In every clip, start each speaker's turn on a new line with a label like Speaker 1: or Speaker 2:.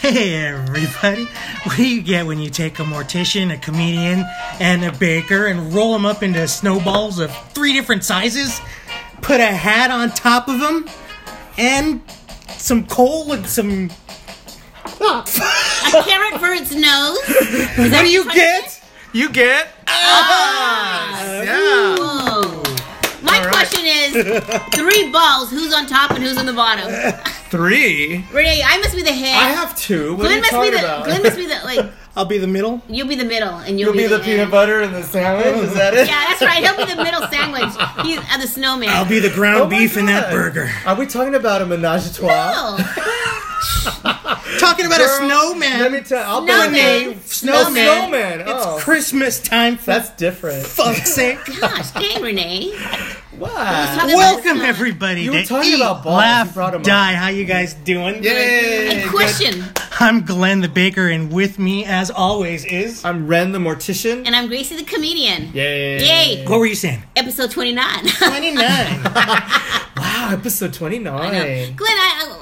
Speaker 1: Hey everybody, what do you get when you take a mortician, a comedian, and a baker and roll them up into snowballs of three different sizes, put a hat on top of them, and some coal and some.
Speaker 2: a carrot for its nose. Is that
Speaker 1: What do you
Speaker 2: what
Speaker 1: get?
Speaker 3: You get. Ah, yeah.
Speaker 2: Whoa. My
Speaker 3: right.
Speaker 2: question is three balls, who's on top and who's on the bottom?
Speaker 3: Three.
Speaker 2: Renee, I must be the head.
Speaker 3: I have two. What are
Speaker 2: Eh, Glenn
Speaker 3: you
Speaker 2: must be
Speaker 3: talking
Speaker 2: the
Speaker 3: about?
Speaker 2: Glenn must be the like
Speaker 1: I'll be the middle.
Speaker 2: you'll be the middle and you'll,
Speaker 3: You'll be the peanut
Speaker 2: end.
Speaker 3: butter and the sandwich. Is that it?
Speaker 2: Yeah, that's right. He'll be the middle sandwich. He's uh, the snowman.
Speaker 1: I'll be the ground
Speaker 3: Oh my
Speaker 1: beef in that
Speaker 3: God.
Speaker 1: burger.
Speaker 3: Are we talking about a menage a trois?
Speaker 2: Oh,
Speaker 1: Talking about a
Speaker 3: Girl,
Speaker 1: snowman.
Speaker 3: Let me tell. I'll put a
Speaker 2: Snowman.
Speaker 3: name.
Speaker 1: Snowman.
Speaker 3: Oh, snowman. Oh,
Speaker 1: It's Christmas time for
Speaker 3: that's different.
Speaker 1: fuck's sake.
Speaker 2: gosh, dang, Renee.
Speaker 3: Wow.
Speaker 2: Talking about
Speaker 1: Welcome
Speaker 2: snow-
Speaker 1: everybody
Speaker 3: You were
Speaker 1: to
Speaker 3: talking
Speaker 1: Eat,
Speaker 3: about balls. You
Speaker 1: Laugh,
Speaker 3: brought 'em up.
Speaker 1: Die. How you guys doing?
Speaker 3: Yay!
Speaker 2: And question.
Speaker 1: I'm Glenn the Baker, and with me, as always, is.
Speaker 3: I'm Ren the mortician.
Speaker 2: And I'm Gracie the comedian.
Speaker 3: Yay!
Speaker 2: Yay.
Speaker 1: What were you saying?
Speaker 2: Episode 29.
Speaker 1: 29.
Speaker 3: Wow, episode
Speaker 2: Glenn,
Speaker 3: 29.
Speaker 2: I,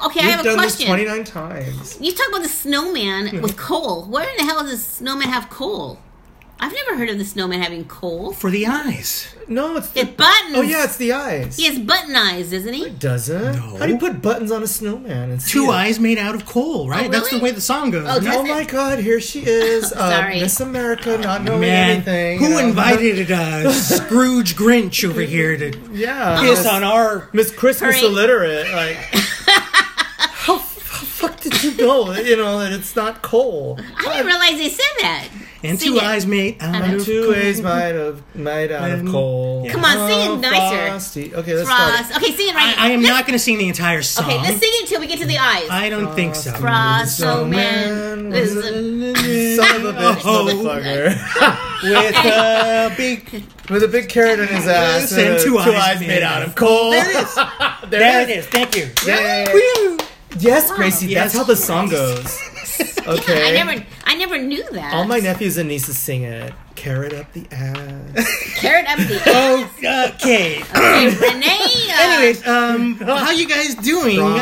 Speaker 2: I- okay, I
Speaker 3: We've
Speaker 2: have a
Speaker 3: done
Speaker 2: question.
Speaker 3: this 29 times.
Speaker 2: You talk about the
Speaker 3: Hmm.
Speaker 2: snowman with coal. Where in the hell does the snowman have coal? I've never heard of the snowman having coal.
Speaker 1: For the eyes.
Speaker 3: No, it's the.
Speaker 2: It buttons.
Speaker 3: oh, yeah, it's the eyes.
Speaker 2: He has button eyes, doesn't he?
Speaker 3: Does it?
Speaker 1: No.
Speaker 3: How do you put buttons on a snowman? And see
Speaker 1: Two
Speaker 3: it?
Speaker 1: eyes made out of coal, right?
Speaker 2: Oh,
Speaker 1: That's the way
Speaker 2: really?
Speaker 1: the song goes.
Speaker 2: Oh,
Speaker 1: no,
Speaker 3: Oh my god, here she is. Uh,
Speaker 2: Sorry.
Speaker 3: Miss America, not knowing
Speaker 1: man.
Speaker 3: anything.
Speaker 1: Who
Speaker 3: you know.
Speaker 1: invited uh, Scrooge Grinch over here to
Speaker 3: Yeah.
Speaker 1: piss on our.
Speaker 3: Miss Christmas
Speaker 2: Hurry.
Speaker 3: illiterate. Like, how, how fuck did you know? that, You know that it's not coal.
Speaker 2: I didn't realize they said that.
Speaker 1: And
Speaker 2: Sing
Speaker 1: two
Speaker 2: it.
Speaker 1: eyes made out of
Speaker 3: Two
Speaker 1: coal.
Speaker 3: ways made of made out of
Speaker 1: Um,
Speaker 3: coal.
Speaker 1: Come
Speaker 2: on, sing it nicer.
Speaker 3: Frosty. Okay, let's start.
Speaker 2: Frost.
Speaker 3: it.
Speaker 2: Okay, sing it right.
Speaker 1: I, I am
Speaker 2: Let's-
Speaker 1: not going to sing the entire song.
Speaker 2: Okay, let's sing it till we get to the eyes.
Speaker 1: I don't think so.
Speaker 2: Frost, oh man.
Speaker 3: snowman
Speaker 2: This
Speaker 3: was
Speaker 2: is-
Speaker 3: Son of a bitch,
Speaker 1: Oh.
Speaker 3: motherfucker.
Speaker 1: With a big.
Speaker 3: With a big carrot in his ass
Speaker 1: And
Speaker 3: uh,
Speaker 1: two eyes made out of
Speaker 3: coal.
Speaker 1: There it is.
Speaker 3: There
Speaker 1: There
Speaker 3: it
Speaker 1: it is. Thank you.
Speaker 3: Yay.
Speaker 1: Woo!
Speaker 3: Yes, Gracie,
Speaker 1: Yes.
Speaker 3: that's how the song goes. Okay.
Speaker 2: I never, I never knew that.
Speaker 3: All my nephews and nieces sing it. Carrot up the ass.
Speaker 2: carrot up the
Speaker 1: Oh, okay.
Speaker 2: okay, Renee. Uh,
Speaker 1: Anyways, um, how you guys doing? Um,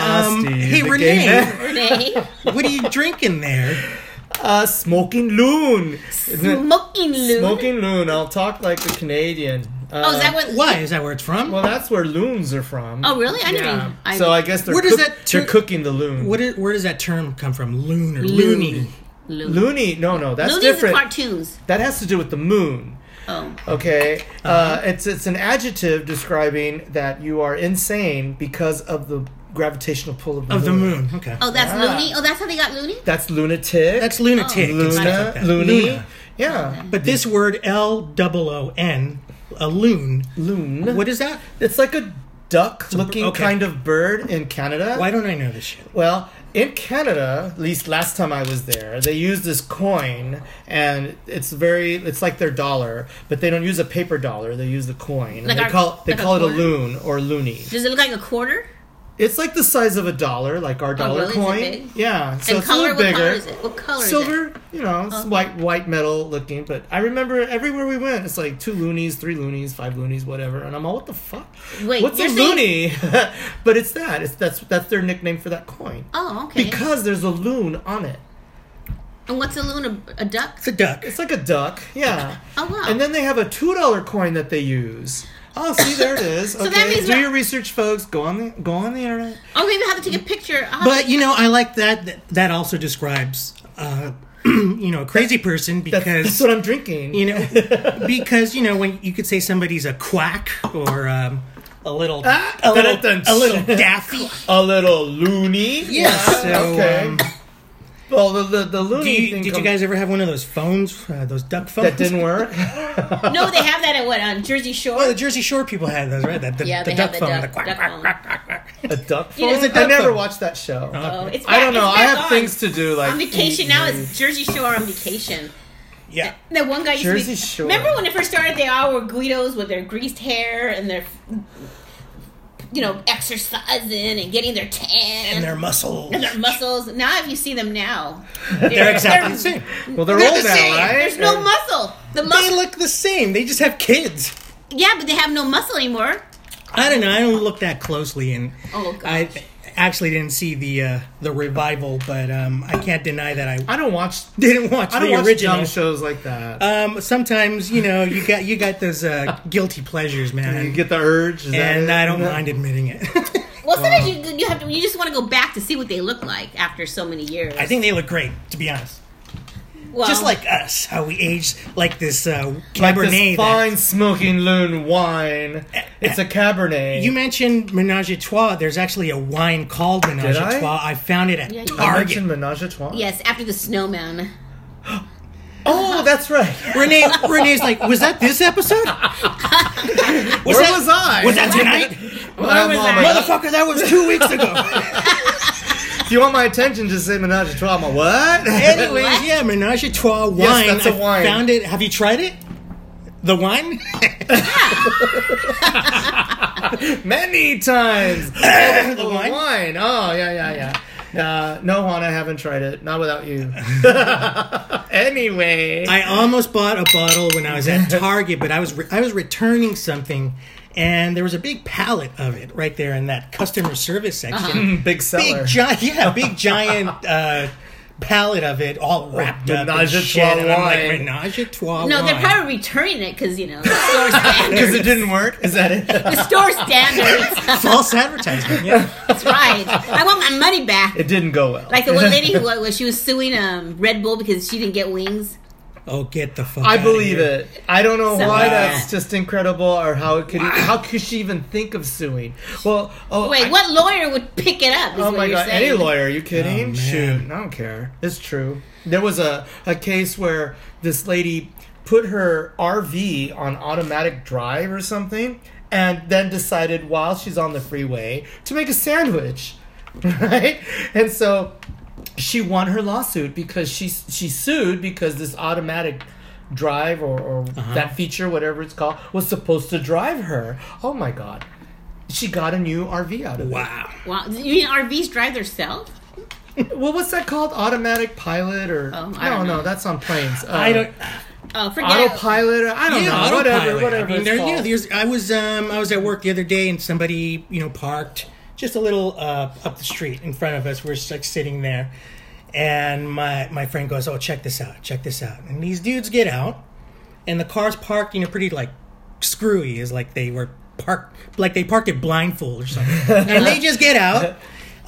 Speaker 3: Frosty,
Speaker 1: hey,
Speaker 3: the gay
Speaker 1: Renee,
Speaker 3: man.
Speaker 2: Renee,
Speaker 1: what are you drinking there?
Speaker 3: Uh, smoking loon.
Speaker 2: smoking loon.
Speaker 3: Smoking loon. I'll talk like the Canadian. Uh,
Speaker 2: Oh, is that what?
Speaker 1: Why is that where it's from?
Speaker 3: Well, that's where loons are from.
Speaker 2: Oh, really? I didn't.
Speaker 3: Yeah.
Speaker 2: I,
Speaker 3: so I guess they're
Speaker 1: Where does
Speaker 3: cook-
Speaker 1: that
Speaker 3: they're
Speaker 1: tur-
Speaker 3: cooking the loon.
Speaker 1: What is, where does that term come from? Loon or
Speaker 2: Loon.
Speaker 1: loony?
Speaker 2: loon.
Speaker 3: Loony? No, no, that's
Speaker 2: Loonies are
Speaker 3: different.
Speaker 2: cartoons.
Speaker 3: that has to do with the moon.
Speaker 2: Oh.
Speaker 3: Okay,
Speaker 1: Uh-huh.
Speaker 3: uh it's it's an adjective describing that you are insane because of the gravitational pull of the
Speaker 1: Of the
Speaker 3: moon.
Speaker 1: moon. Okay.
Speaker 2: Oh, that's
Speaker 3: Yeah.
Speaker 2: loony. Oh, that's how they got loony.
Speaker 3: That's lunatic.
Speaker 1: That's lunatic. and stuff
Speaker 3: Luna,
Speaker 1: like that.
Speaker 3: loony.
Speaker 1: Luna.
Speaker 3: Yeah,
Speaker 1: But this word L O O N, a loon.
Speaker 3: loon.
Speaker 1: What is that?
Speaker 3: It's like a duck-looking
Speaker 1: okay.
Speaker 3: kind of bird in Canada.
Speaker 1: Why don't I know this shit?
Speaker 3: Well, in Canada, at least last time I was there, they use this coin, and it's very, it's like their dollar, but they don't use a paper dollar. They use the coin.
Speaker 2: Like
Speaker 3: they
Speaker 2: our-
Speaker 3: call they
Speaker 2: like
Speaker 3: call
Speaker 2: a
Speaker 3: it a
Speaker 2: quarter?
Speaker 3: loon or loony.
Speaker 2: Does it look like a quarter?
Speaker 3: It's like the size of a dollar, like our dollar
Speaker 2: Oh, really? Is it
Speaker 3: coin.
Speaker 2: big?
Speaker 3: Yeah, so
Speaker 2: and
Speaker 3: it's
Speaker 2: color?
Speaker 3: a little
Speaker 2: What color
Speaker 3: bigger.
Speaker 2: is it? What color is it? Oh.
Speaker 3: Silver, you know, it's white, white metal looking. But I remember everywhere we went, it's like two loonies, three loonies, five loonies, whatever. And I'm all, what the fuck?
Speaker 2: Wait,
Speaker 3: what's
Speaker 2: you're
Speaker 3: a loony? but it's that. It's that's that's their nickname for that coin.
Speaker 2: Oh, okay.
Speaker 3: Because there's a loon on it.
Speaker 2: and what's a loon? A, a duck?
Speaker 1: It's a duck.
Speaker 3: It's like a duck, yeah.
Speaker 2: Oh, wow.
Speaker 3: And then they have a two dollar coin that they use. Oh, see, there it is. Okay,
Speaker 2: that means
Speaker 3: do
Speaker 2: we're-
Speaker 3: your research, folks. Go on the go on the internet.
Speaker 2: Oh, maybe I have to take a picture. I'll have
Speaker 1: But you know, I like that. That, that also describes, uh, you know, a crazy person
Speaker 3: That's,
Speaker 1: because
Speaker 3: that's what I'm drinking.
Speaker 1: you know, because you know when you could say somebody's a quack or um, a little,
Speaker 3: Ah,
Speaker 1: a little,
Speaker 3: dun-dun-dun.
Speaker 1: a little daffy.
Speaker 3: a little loony.
Speaker 1: Yes. So,
Speaker 3: okay.
Speaker 1: um,
Speaker 3: well, the the, the loony
Speaker 1: Do you-
Speaker 3: thing.
Speaker 1: did you
Speaker 3: come-
Speaker 1: guys ever have one of those phones, uh, those duck phones?
Speaker 3: that didn't work?
Speaker 2: no, they have that at what on Jersey
Speaker 1: Well,
Speaker 2: Shore.
Speaker 1: Oh, the Jersey Shore people had those, right? That the,
Speaker 2: Yeah,
Speaker 1: the
Speaker 2: they
Speaker 1: duck
Speaker 2: have the
Speaker 1: phone,
Speaker 2: duck-
Speaker 1: the quack,
Speaker 2: duck
Speaker 1: quack,
Speaker 2: phone.
Speaker 1: quack, quack, quack.
Speaker 3: a duck
Speaker 2: You
Speaker 3: phone.
Speaker 2: know, it's a
Speaker 3: I
Speaker 1: duck
Speaker 3: never
Speaker 1: phone.
Speaker 3: watched that show.
Speaker 2: Oh, it's
Speaker 3: I
Speaker 2: back-
Speaker 3: don't know.
Speaker 2: it's
Speaker 3: I
Speaker 2: back
Speaker 3: have
Speaker 2: on.
Speaker 3: things to do. Like
Speaker 2: On vacation now is Jersey Shore on vacation.
Speaker 1: Yeah,
Speaker 2: That one guy used to
Speaker 3: Jersey
Speaker 2: be,
Speaker 3: Shore.
Speaker 2: Remember when it first started? They all were Guidos with their greased hair and their, you know, exercising and getting their tan
Speaker 1: and their muscles.
Speaker 2: and their muscles. Now, if you see them now,
Speaker 1: They're exactly the same.
Speaker 3: well, they're,
Speaker 2: they're
Speaker 3: old
Speaker 2: the
Speaker 3: now,
Speaker 2: same.
Speaker 3: right?
Speaker 2: There's no
Speaker 3: And-
Speaker 2: muscle. The
Speaker 1: They
Speaker 2: muscle.
Speaker 1: look the same. They just have kids.
Speaker 2: yeah, but they have no muscle anymore.
Speaker 1: I don't know. I don't look that closely, and
Speaker 2: Oh, gosh.
Speaker 1: I actually didn't see the uh, the revival, but um, I can't deny that I
Speaker 3: I don't watch.
Speaker 1: didn't watch
Speaker 3: I don't
Speaker 1: the
Speaker 3: watch
Speaker 1: original.
Speaker 3: dumb shows like that.
Speaker 1: Um, sometimes you know you got you got those uh, guilty pleasures, man,
Speaker 3: you get the urge, is that
Speaker 1: and
Speaker 3: it?
Speaker 1: I don't
Speaker 3: Yeah.
Speaker 1: mind admitting it.
Speaker 3: Oh.
Speaker 2: Well, sometimes you you have to you just want to go back to see what they look like after so many years.
Speaker 1: I think they look great, to be honest.
Speaker 2: well,
Speaker 1: Just like us, how we age like this uh, Cabernet.
Speaker 3: Like this
Speaker 1: that-
Speaker 3: fine smoking loon wine. It's a Cabernet.
Speaker 1: you mentioned Menage a Trois. There's actually a wine called Menage
Speaker 3: Did I?
Speaker 1: a Trois. I found it at
Speaker 2: Yeah, you did.
Speaker 3: I
Speaker 1: Target.
Speaker 3: mentioned Menage a Trois.
Speaker 2: yes, after the snowman.
Speaker 3: Oh, that's right.
Speaker 1: Renee, Renee's like, was that this episode?
Speaker 3: Where was I?
Speaker 1: Was that tonight? Oh
Speaker 3: My
Speaker 2: was
Speaker 3: mama-
Speaker 2: I?
Speaker 1: Motherfucker, that was two weeks ago.
Speaker 3: If you want my attention, just say Menage a Trois. I'm a what?
Speaker 1: Anyways, yeah, Menage a Trois wine.
Speaker 3: that's a
Speaker 1: I
Speaker 3: wine.
Speaker 1: Found it. Have you tried it? The wine?
Speaker 3: Many times. Oh, the
Speaker 1: wine?
Speaker 3: wine. Oh, yeah, yeah, yeah. Uh, no, Juan, I haven't tried it. Not without you. anyway.
Speaker 1: I almost bought a bottle when I was at Target, but I was re- I was returning something, and there was a big pallet of it right there in that customer service
Speaker 2: Uh-huh.
Speaker 1: section.
Speaker 3: Big seller.
Speaker 1: Big giant, yeah, big giant uh, pallet of it, all wrapped up. and
Speaker 3: Oh, Menage a
Speaker 1: shit,
Speaker 3: trois
Speaker 1: and I'm like,
Speaker 3: wine.
Speaker 1: Menage a trois
Speaker 2: No, they're
Speaker 1: wine."
Speaker 2: probably returning it because you know the store standards.
Speaker 3: Oh Because it didn't work? Is that it?
Speaker 2: the store standards.
Speaker 1: false advertisement. Yeah.
Speaker 2: That's right. I want my money back.
Speaker 3: it didn't go well.
Speaker 2: Like the one lady who was she was suing um, Red Bull because she didn't get wings.
Speaker 1: Oh, get the fuck.
Speaker 3: I
Speaker 1: outta
Speaker 3: believe
Speaker 1: here.
Speaker 3: it. I don't know
Speaker 2: So
Speaker 3: why
Speaker 2: bad.
Speaker 3: that's just incredible, or how it could. e- How could she even think of suing? Well, oh,
Speaker 2: Wait,
Speaker 3: I-
Speaker 2: what lawyer would pick it up? Is
Speaker 3: Oh
Speaker 2: what
Speaker 3: my
Speaker 2: you're
Speaker 3: god!
Speaker 2: saying.
Speaker 3: Any lawyer? Are you kidding?
Speaker 1: man.
Speaker 3: Shoot, I don't care. It's true. There was a a case where this lady put her RV on automatic drive or something, and then decided while she's on the freeway to make a sandwich, right? And so she won her lawsuit because she she sued because this automatic drive or, or that feature whatever it's called was supposed to drive her oh my god she got a new rv out of it
Speaker 1: Wow.
Speaker 2: Wow, you mean RVs drive themselves?
Speaker 3: well, what's that called? Automatic pilot or
Speaker 2: Oh,
Speaker 1: Um,
Speaker 3: no,
Speaker 2: I don't know.
Speaker 3: no, that's on planes. Uh,
Speaker 1: I don't.
Speaker 2: Oh, forget it.
Speaker 3: autopilot. Or, I don't
Speaker 1: Yeah,
Speaker 3: know.
Speaker 1: autopilot.
Speaker 3: Whatever, whatever.
Speaker 1: I mean,
Speaker 3: it's
Speaker 1: there, yeah,
Speaker 3: called.
Speaker 1: there's. I was um, I was at work the other day, and somebody you know parked just a little uh, up the street in front of us. We're just like sitting there, and my my friend goes, "Oh, check this out, check this out." And these dudes get out, and the car's parked, you know, pretty like screwy, is like they were parked, like they parked it blindfold or something. and they just get out,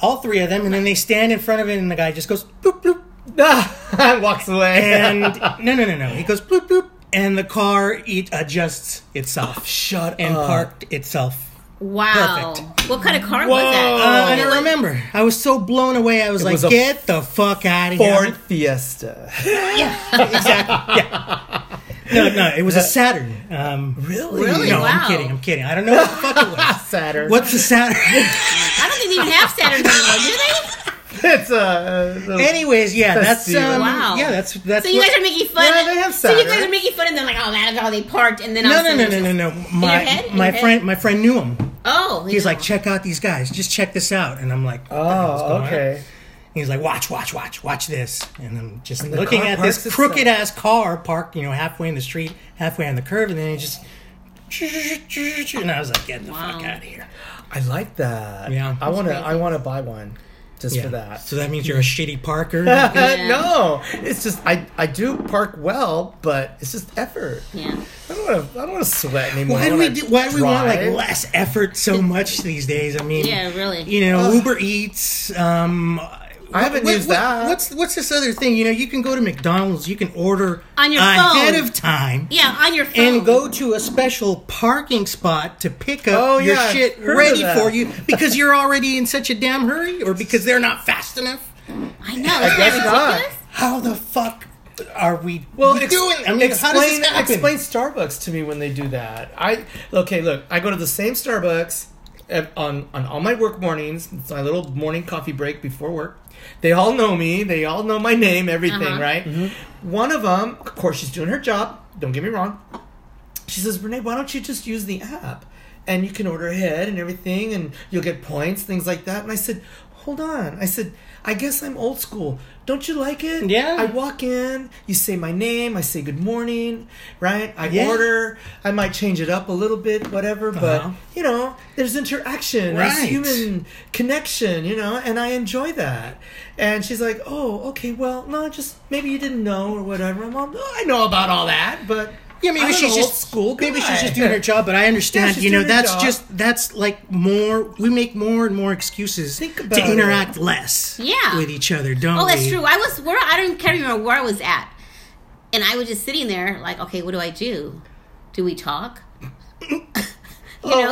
Speaker 1: all three of them, and then they stand in front of it, and the guy just goes bloop bloop
Speaker 3: Ah, walks away.
Speaker 1: and no, no, no, no. He goes bloop bloop, and the car it adjusts
Speaker 3: Oh,
Speaker 1: itself
Speaker 3: shut
Speaker 1: and
Speaker 3: up.
Speaker 1: parked itself.
Speaker 2: Wow. What kind of car was
Speaker 1: Uh,
Speaker 2: that?
Speaker 3: Whoa.
Speaker 1: I don't remember. I was so blown away. I was like,
Speaker 3: Oh. was a
Speaker 1: "Get the fuck out of
Speaker 3: Ford
Speaker 1: here!"
Speaker 3: Fiesta.
Speaker 1: Yeah, exactly. Yeah. No, no, it was a Saturn. Um,
Speaker 3: Uh, Really? Ah,
Speaker 2: Really?
Speaker 1: No,
Speaker 2: Wow.
Speaker 1: I'm kidding. I'm kidding. I don't know what the fuck it was.
Speaker 3: Saturn.
Speaker 1: What's a Saturn?
Speaker 2: I don't think they even have Saturns anymore, do they?
Speaker 3: It's uh, a. a-
Speaker 1: Anyways, yeah, that's
Speaker 3: Festive.
Speaker 1: um,
Speaker 2: Wow.
Speaker 1: yeah, that's that's.
Speaker 2: So you
Speaker 1: what-
Speaker 2: guys are making fun.
Speaker 3: Yeah, they have
Speaker 2: So you guys are
Speaker 3: Saturns.
Speaker 2: making fun of them, like, oh, that's how they parked, and then
Speaker 1: no,
Speaker 2: all
Speaker 1: no,
Speaker 2: of
Speaker 1: no,
Speaker 2: a sudden
Speaker 1: no, no,
Speaker 2: it's
Speaker 1: no. My
Speaker 2: head? In
Speaker 1: my
Speaker 2: your head?
Speaker 1: friend, my friend knew him.
Speaker 2: just- Oh,
Speaker 1: He's like, check out these guys. Just check this out. And I'm like, what the hell's going
Speaker 3: oh,
Speaker 1: on?
Speaker 3: okay.
Speaker 1: He's like, watch, watch, watch, watch this. And I'm just
Speaker 3: the
Speaker 1: looking
Speaker 3: car
Speaker 1: at this
Speaker 3: parks
Speaker 1: crooked ass car parked, you know, halfway in the street, halfway on the curve, and then he just. And I was like, get the fuck
Speaker 2: Wow.
Speaker 1: out of here.
Speaker 3: I like that.
Speaker 1: Yeah.
Speaker 3: I want to. I want to buy one, just for that. Uh,
Speaker 1: So that means you're a shitty parker.
Speaker 3: no, it's just I. I do park well, but it's just effort.
Speaker 2: yeah.
Speaker 3: I don't want to. I don't want to sweat anymore.
Speaker 1: Why
Speaker 3: I
Speaker 1: do we
Speaker 3: wanna
Speaker 1: do? Why do we want like
Speaker 3: drive.
Speaker 1: less effort so much these days? I mean,
Speaker 2: Yeah, really.
Speaker 1: You know, Uber Eats. Um, I
Speaker 3: haven't used that.
Speaker 1: What's what's this other thing? You know, you can go to McDonald's. You can order
Speaker 2: On your
Speaker 1: ahead
Speaker 2: phone.
Speaker 1: of time.
Speaker 2: Yeah, on your phone.
Speaker 3: Oh.
Speaker 1: and go to a special parking spot to pick up
Speaker 3: Oh,
Speaker 1: your
Speaker 3: yeah,
Speaker 1: shit
Speaker 3: I've heard of
Speaker 1: ready
Speaker 3: that.
Speaker 1: for you because you're already in such a damn hurry or because they're not fast enough.
Speaker 2: I know. Isn't that
Speaker 3: guess not.
Speaker 2: ridiculous?
Speaker 1: How the fuck are we
Speaker 3: Well,
Speaker 1: doing?
Speaker 3: ex-
Speaker 1: I mean,
Speaker 3: explain,
Speaker 1: how does this happen?
Speaker 3: explain Starbucks to me when they do that. I okay, look, I go to the same Starbucks at, on on all my work mornings. It's my little morning coffee break before work. They all know me. They all know my name. Everything,
Speaker 2: Uh-huh.
Speaker 3: right?
Speaker 1: Mm-hmm.
Speaker 3: One of them, of course, she's doing her job. Don't get me wrong. She says, Renee, why don't you just use the app? And you can order ahead and everything, and you'll get points, things like that. And I said, hold on. I said, I guess I'm old school. Don't you like it?
Speaker 1: Yeah.
Speaker 3: I walk in, you say my name, I say good morning, right? I
Speaker 1: Yeah.
Speaker 3: order, I might change it up a little bit, whatever,
Speaker 1: Uh-huh.
Speaker 3: but, you know, there's interaction,
Speaker 1: Right.
Speaker 3: there's human connection, you know, and I enjoy that. And she's like, oh, okay, well, no, just maybe you didn't know or whatever. I'm all, "Oh, I know about all that, but.
Speaker 1: Yeah, maybe
Speaker 3: I'm
Speaker 1: she's
Speaker 3: an
Speaker 1: just
Speaker 3: old school. Guy.
Speaker 1: Maybe she's just doing her job, but I
Speaker 3: Yeah,
Speaker 1: understand.
Speaker 3: she's
Speaker 1: you know,
Speaker 3: doing her
Speaker 1: that's
Speaker 3: job.
Speaker 1: just that's like more. We make more and more excuses
Speaker 3: Think about
Speaker 1: to
Speaker 3: it.
Speaker 1: interact less.
Speaker 2: Yeah.
Speaker 1: with each other, don't
Speaker 2: Oh,
Speaker 1: we?
Speaker 2: that's true. I was where I don't can't remember where I was at, and I was just sitting there like, okay, what do I do? Do we talk? you know,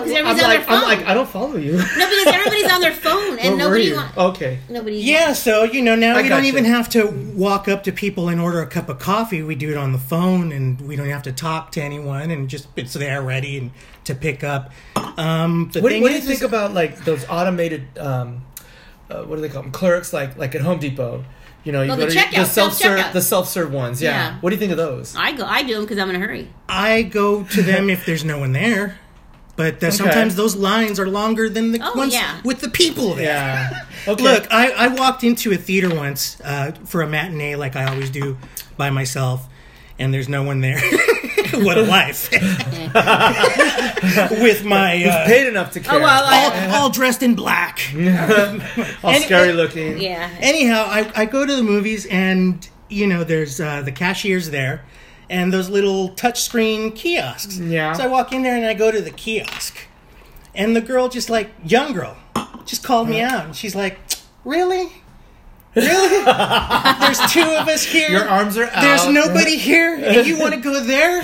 Speaker 2: because
Speaker 3: I'm
Speaker 2: everybody's on
Speaker 3: like,
Speaker 2: their phone.
Speaker 3: I'm like, I don't follow you.
Speaker 2: no, because everybody's on their phone, and
Speaker 3: Where were
Speaker 2: nobody
Speaker 3: you? Oh.
Speaker 2: wants.
Speaker 3: Okay.
Speaker 2: Nobody.
Speaker 1: Yeah, so you know now
Speaker 3: I
Speaker 1: we don't
Speaker 3: gotcha.
Speaker 1: even have to walk up to people and order a cup of coffee. We do it on the phone, and we don't have to talk to anyone, and just it's there ready and to pick up. Um, the
Speaker 3: What,
Speaker 1: thing
Speaker 3: what do you
Speaker 1: is,
Speaker 3: think
Speaker 1: is-
Speaker 3: about like those automated, um, uh, what do they call them? Clerks, like like at Home Depot. You know, you
Speaker 2: Oh,
Speaker 3: go
Speaker 2: the
Speaker 3: to
Speaker 2: checkout,
Speaker 3: the self
Speaker 2: self-checkout.
Speaker 3: serve the self serve ones. Yeah.
Speaker 2: Yeah.
Speaker 3: What do you think of those?
Speaker 2: I go. I do them because I'm in a hurry.
Speaker 1: I go to them if there's no one there, but uh, sometimes those lines are longer than the
Speaker 2: Oh,
Speaker 1: ones
Speaker 2: yeah.
Speaker 1: with the people there.
Speaker 3: Yeah. Okay.
Speaker 1: Look, uh, I, I walked into a theater once uh, for a matinee, like I always do, by myself, and there's no one there. what a life! With my uh,
Speaker 3: paid enough to care.
Speaker 2: Oh, well, I-
Speaker 1: all, all dressed in black.
Speaker 3: all
Speaker 1: and-
Speaker 3: scary looking.
Speaker 2: Yeah.
Speaker 1: Anyhow, I, I go to the movies, and you know, there's uh, the cashiers there, and those little touchscreen kiosks.
Speaker 3: Yeah.
Speaker 1: So I walk in there and I go to the kiosk, and the girl just like young girl, just called me
Speaker 3: Uh-huh.
Speaker 1: out, and she's like, "Really." Really? There's two of us here.
Speaker 3: Your arms are out.
Speaker 1: There's nobody here, and you want to go there?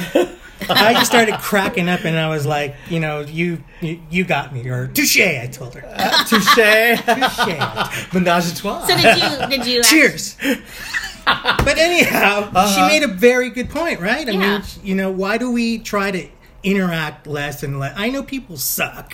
Speaker 1: I just started cracking up, and I was like, you know, you you, you got me, or touche. I told her,
Speaker 3: Touche.
Speaker 1: touche.
Speaker 3: Menage a trois.
Speaker 2: So did you? Did you?
Speaker 1: Cheers. but anyhow, she made a very good point, right? I
Speaker 2: Uh-huh. Yeah.
Speaker 1: mean, you know, why do we try to interact less and less? I know people suck,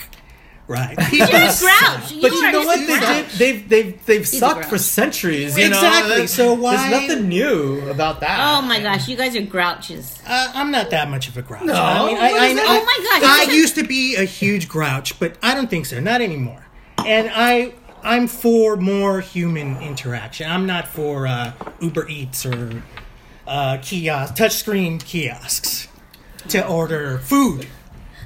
Speaker 1: right? People
Speaker 2: You're a
Speaker 1: suck.
Speaker 2: grouch. You
Speaker 3: but
Speaker 2: are
Speaker 3: you know
Speaker 2: just
Speaker 3: what
Speaker 2: a
Speaker 3: they
Speaker 2: grouch.
Speaker 3: did? They've they've they've sucked
Speaker 2: gross.
Speaker 3: for centuries. You
Speaker 1: Exactly,
Speaker 3: Know? That-
Speaker 1: so why-
Speaker 3: There's nothing new about that.
Speaker 2: Oh my gosh, you guys are grouches.
Speaker 1: Uh, I'm not that much of a grouch. I mean, I,
Speaker 3: what
Speaker 1: I,
Speaker 3: is that?
Speaker 1: I-
Speaker 2: Oh my gosh,
Speaker 1: I
Speaker 2: you said-
Speaker 1: used to be a huge grouch, but I don't think so. Not anymore. And I, I'm for more human interaction. I'm not for uh, Uber Eats or uh, kiosk, touchscreen kiosks to order food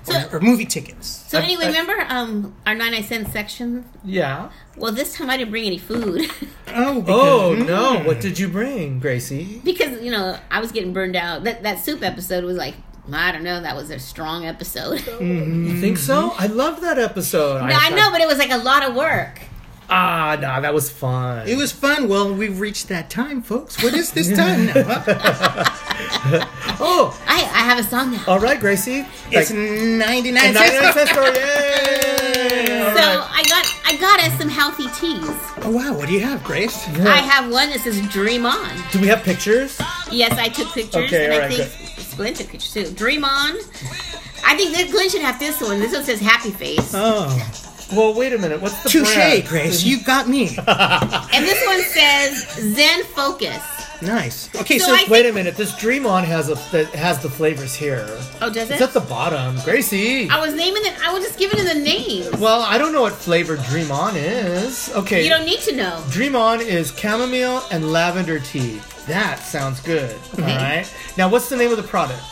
Speaker 1: or,
Speaker 2: So-
Speaker 1: or movie tickets.
Speaker 2: So anyway,
Speaker 3: I-
Speaker 2: remember um, our 99 cent section?
Speaker 3: Yeah.
Speaker 2: Well, this time I didn't bring any food
Speaker 1: Oh,
Speaker 3: Oh
Speaker 1: because-
Speaker 3: no! What did you bring, Gracie?
Speaker 2: because, you know, I was getting burned out. That, that soup episode was like, I don't know, that was a strong episode.
Speaker 3: You think so?
Speaker 1: Mm-hmm.
Speaker 3: I loved that episode.
Speaker 2: No, I know, but it was like a lot of work.
Speaker 3: Ah, nah, that was fun.
Speaker 1: It was fun. Well, we've reached that time, folks. What is this time now?
Speaker 3: oh,
Speaker 2: I, I have a song now.
Speaker 3: all right, Gracie.
Speaker 1: it's
Speaker 3: Like,
Speaker 1: 99
Speaker 3: a
Speaker 1: cents.
Speaker 3: 99 cent story. Yay! All
Speaker 2: So
Speaker 3: right.
Speaker 2: I got I got us some healthy teas.
Speaker 1: Oh, wow. What do you have, Grace?
Speaker 2: I have one that says "Dream On."
Speaker 3: Do we have pictures?
Speaker 2: Yes, I took pictures,
Speaker 3: Okay,
Speaker 2: and I
Speaker 3: all right,
Speaker 2: think Glenn took pictures too. "Dream On." I think that Glenn should have this one. This one says "Happy Face,"
Speaker 1: Oh.
Speaker 3: Well, wait a minute. What's the
Speaker 1: Touche,
Speaker 3: brand?
Speaker 1: Grace. You got me.
Speaker 2: and this one says "Zen Focus."
Speaker 1: nice. Okay,
Speaker 2: So
Speaker 1: so,
Speaker 2: I-
Speaker 3: Wait a minute. This Dream On has a that has the flavors here.
Speaker 2: Oh, does it?
Speaker 3: It's
Speaker 2: Oh.
Speaker 3: at the bottom, Gracie.
Speaker 2: I was naming it. I was just giving it the name.
Speaker 3: Well, I don't know what flavor Dream On is. Okay.
Speaker 2: You don't need to know.
Speaker 3: Dream On is chamomile and lavender tea. That sounds good. All right. Now, what's the name of the product?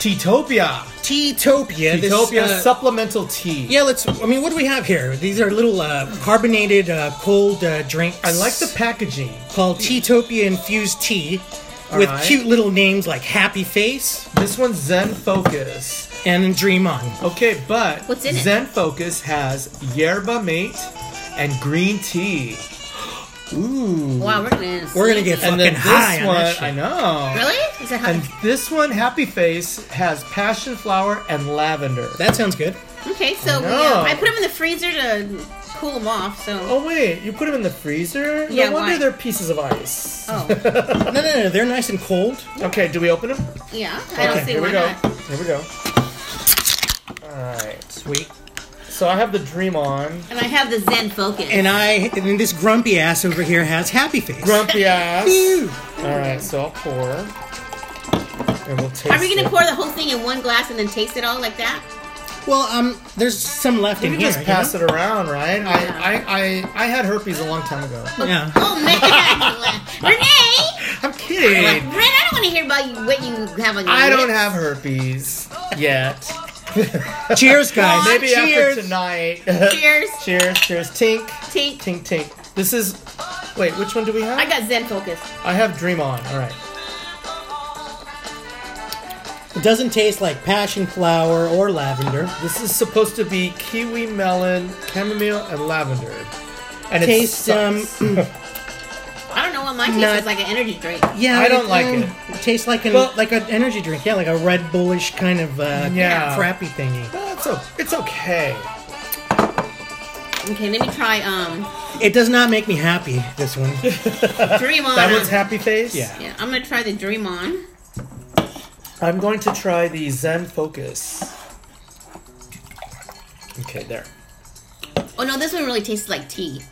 Speaker 3: Teatopia.
Speaker 1: Teatopia. this,
Speaker 3: Teatopia
Speaker 1: uh,
Speaker 3: supplemental tea.
Speaker 1: yeah, let's. I mean, what do we have here? These are little uh, carbonated uh, cold uh, drinks.
Speaker 3: I like the packaging.
Speaker 1: called Teatopia infused tea, with
Speaker 3: Alright.
Speaker 1: cute little names like Happy Face
Speaker 3: This one's Zen Focus.
Speaker 1: and Dream On.
Speaker 3: Okay, but
Speaker 2: What's in it?
Speaker 3: Zen Focus has yerba mate and green tea. Ooh.
Speaker 2: Wow, we're gonna.
Speaker 1: We're gonna get fucking
Speaker 3: And then this
Speaker 1: high on
Speaker 3: one,
Speaker 1: that shit.
Speaker 3: I know.
Speaker 2: Really? Is that how?
Speaker 3: And this one, Happy Face, has passion flower and lavender.
Speaker 1: That sounds good.
Speaker 2: Okay, so
Speaker 3: No.
Speaker 2: yeah, I put them in the freezer to cool them off. So.
Speaker 3: Oh wait, you put them in the freezer?
Speaker 2: Yeah,
Speaker 3: No wonder
Speaker 2: why?
Speaker 3: they're pieces of ice.
Speaker 2: Oh,
Speaker 1: No, no, no. They're nice and cold.
Speaker 3: Okay, do we open them?
Speaker 2: yeah. I don't
Speaker 3: okay,
Speaker 2: see
Speaker 3: here
Speaker 2: why
Speaker 3: we go.
Speaker 2: not.
Speaker 3: Here we go. All right.
Speaker 1: Sweet.
Speaker 3: So I have the dream on.
Speaker 2: And I have the Zen focus.
Speaker 1: And I and this grumpy ass over here has Happy Face.
Speaker 3: Grumpy ass.
Speaker 1: Ew.
Speaker 3: All right, so I'll pour. And we'll taste.
Speaker 2: Are we gonna
Speaker 3: it.
Speaker 2: pour the whole thing in one glass and then taste it all like that?
Speaker 1: Well, um, there's some left
Speaker 3: You
Speaker 1: in
Speaker 3: can
Speaker 1: here.
Speaker 3: just pass
Speaker 1: you
Speaker 3: it around, right?
Speaker 2: Yeah.
Speaker 3: I, I, I, I had herpes a long time ago.
Speaker 1: know? Yeah.
Speaker 2: Oh man, Renee!
Speaker 3: I'm kidding.
Speaker 2: Ren, I don't want to hear about you, what you have on your
Speaker 3: I don't
Speaker 2: lips.
Speaker 3: have herpes yet.
Speaker 1: Cheers, guys.
Speaker 3: Maybe
Speaker 1: Cheers.
Speaker 3: after tonight.
Speaker 2: Cheers,
Speaker 3: cheers, cheers. Tink,
Speaker 2: Tink.
Speaker 3: tink, tink. This is. Wait, which one do we have?
Speaker 2: I got Zen focus.
Speaker 3: I have Dream On. All right.
Speaker 1: It doesn't taste like passion flower or lavender.
Speaker 3: This is supposed to be kiwi, melon, chamomile, and lavender. And it
Speaker 1: Tastes,
Speaker 3: sucks.
Speaker 2: I don't know what mine tastes
Speaker 1: Not-
Speaker 2: it's like an energy drink.
Speaker 1: Yeah,
Speaker 3: I don't like
Speaker 1: um,
Speaker 3: it.
Speaker 1: tastes like an
Speaker 3: Well-
Speaker 1: like an energy drink. Yeah, like a Red Bullish kind of uh,
Speaker 3: Yeah.
Speaker 1: crappy thingy.
Speaker 3: Well, it's, o- it's okay.
Speaker 2: Okay, let me try um
Speaker 1: It does not make me happy. This one.
Speaker 2: Dream On.
Speaker 3: That one's happy face?
Speaker 1: Yeah.
Speaker 2: Yeah, I'm gonna try the Dream On.
Speaker 3: I'm going to try the Zen Focus. Okay, there.
Speaker 2: Oh no, this one really tastes like tea.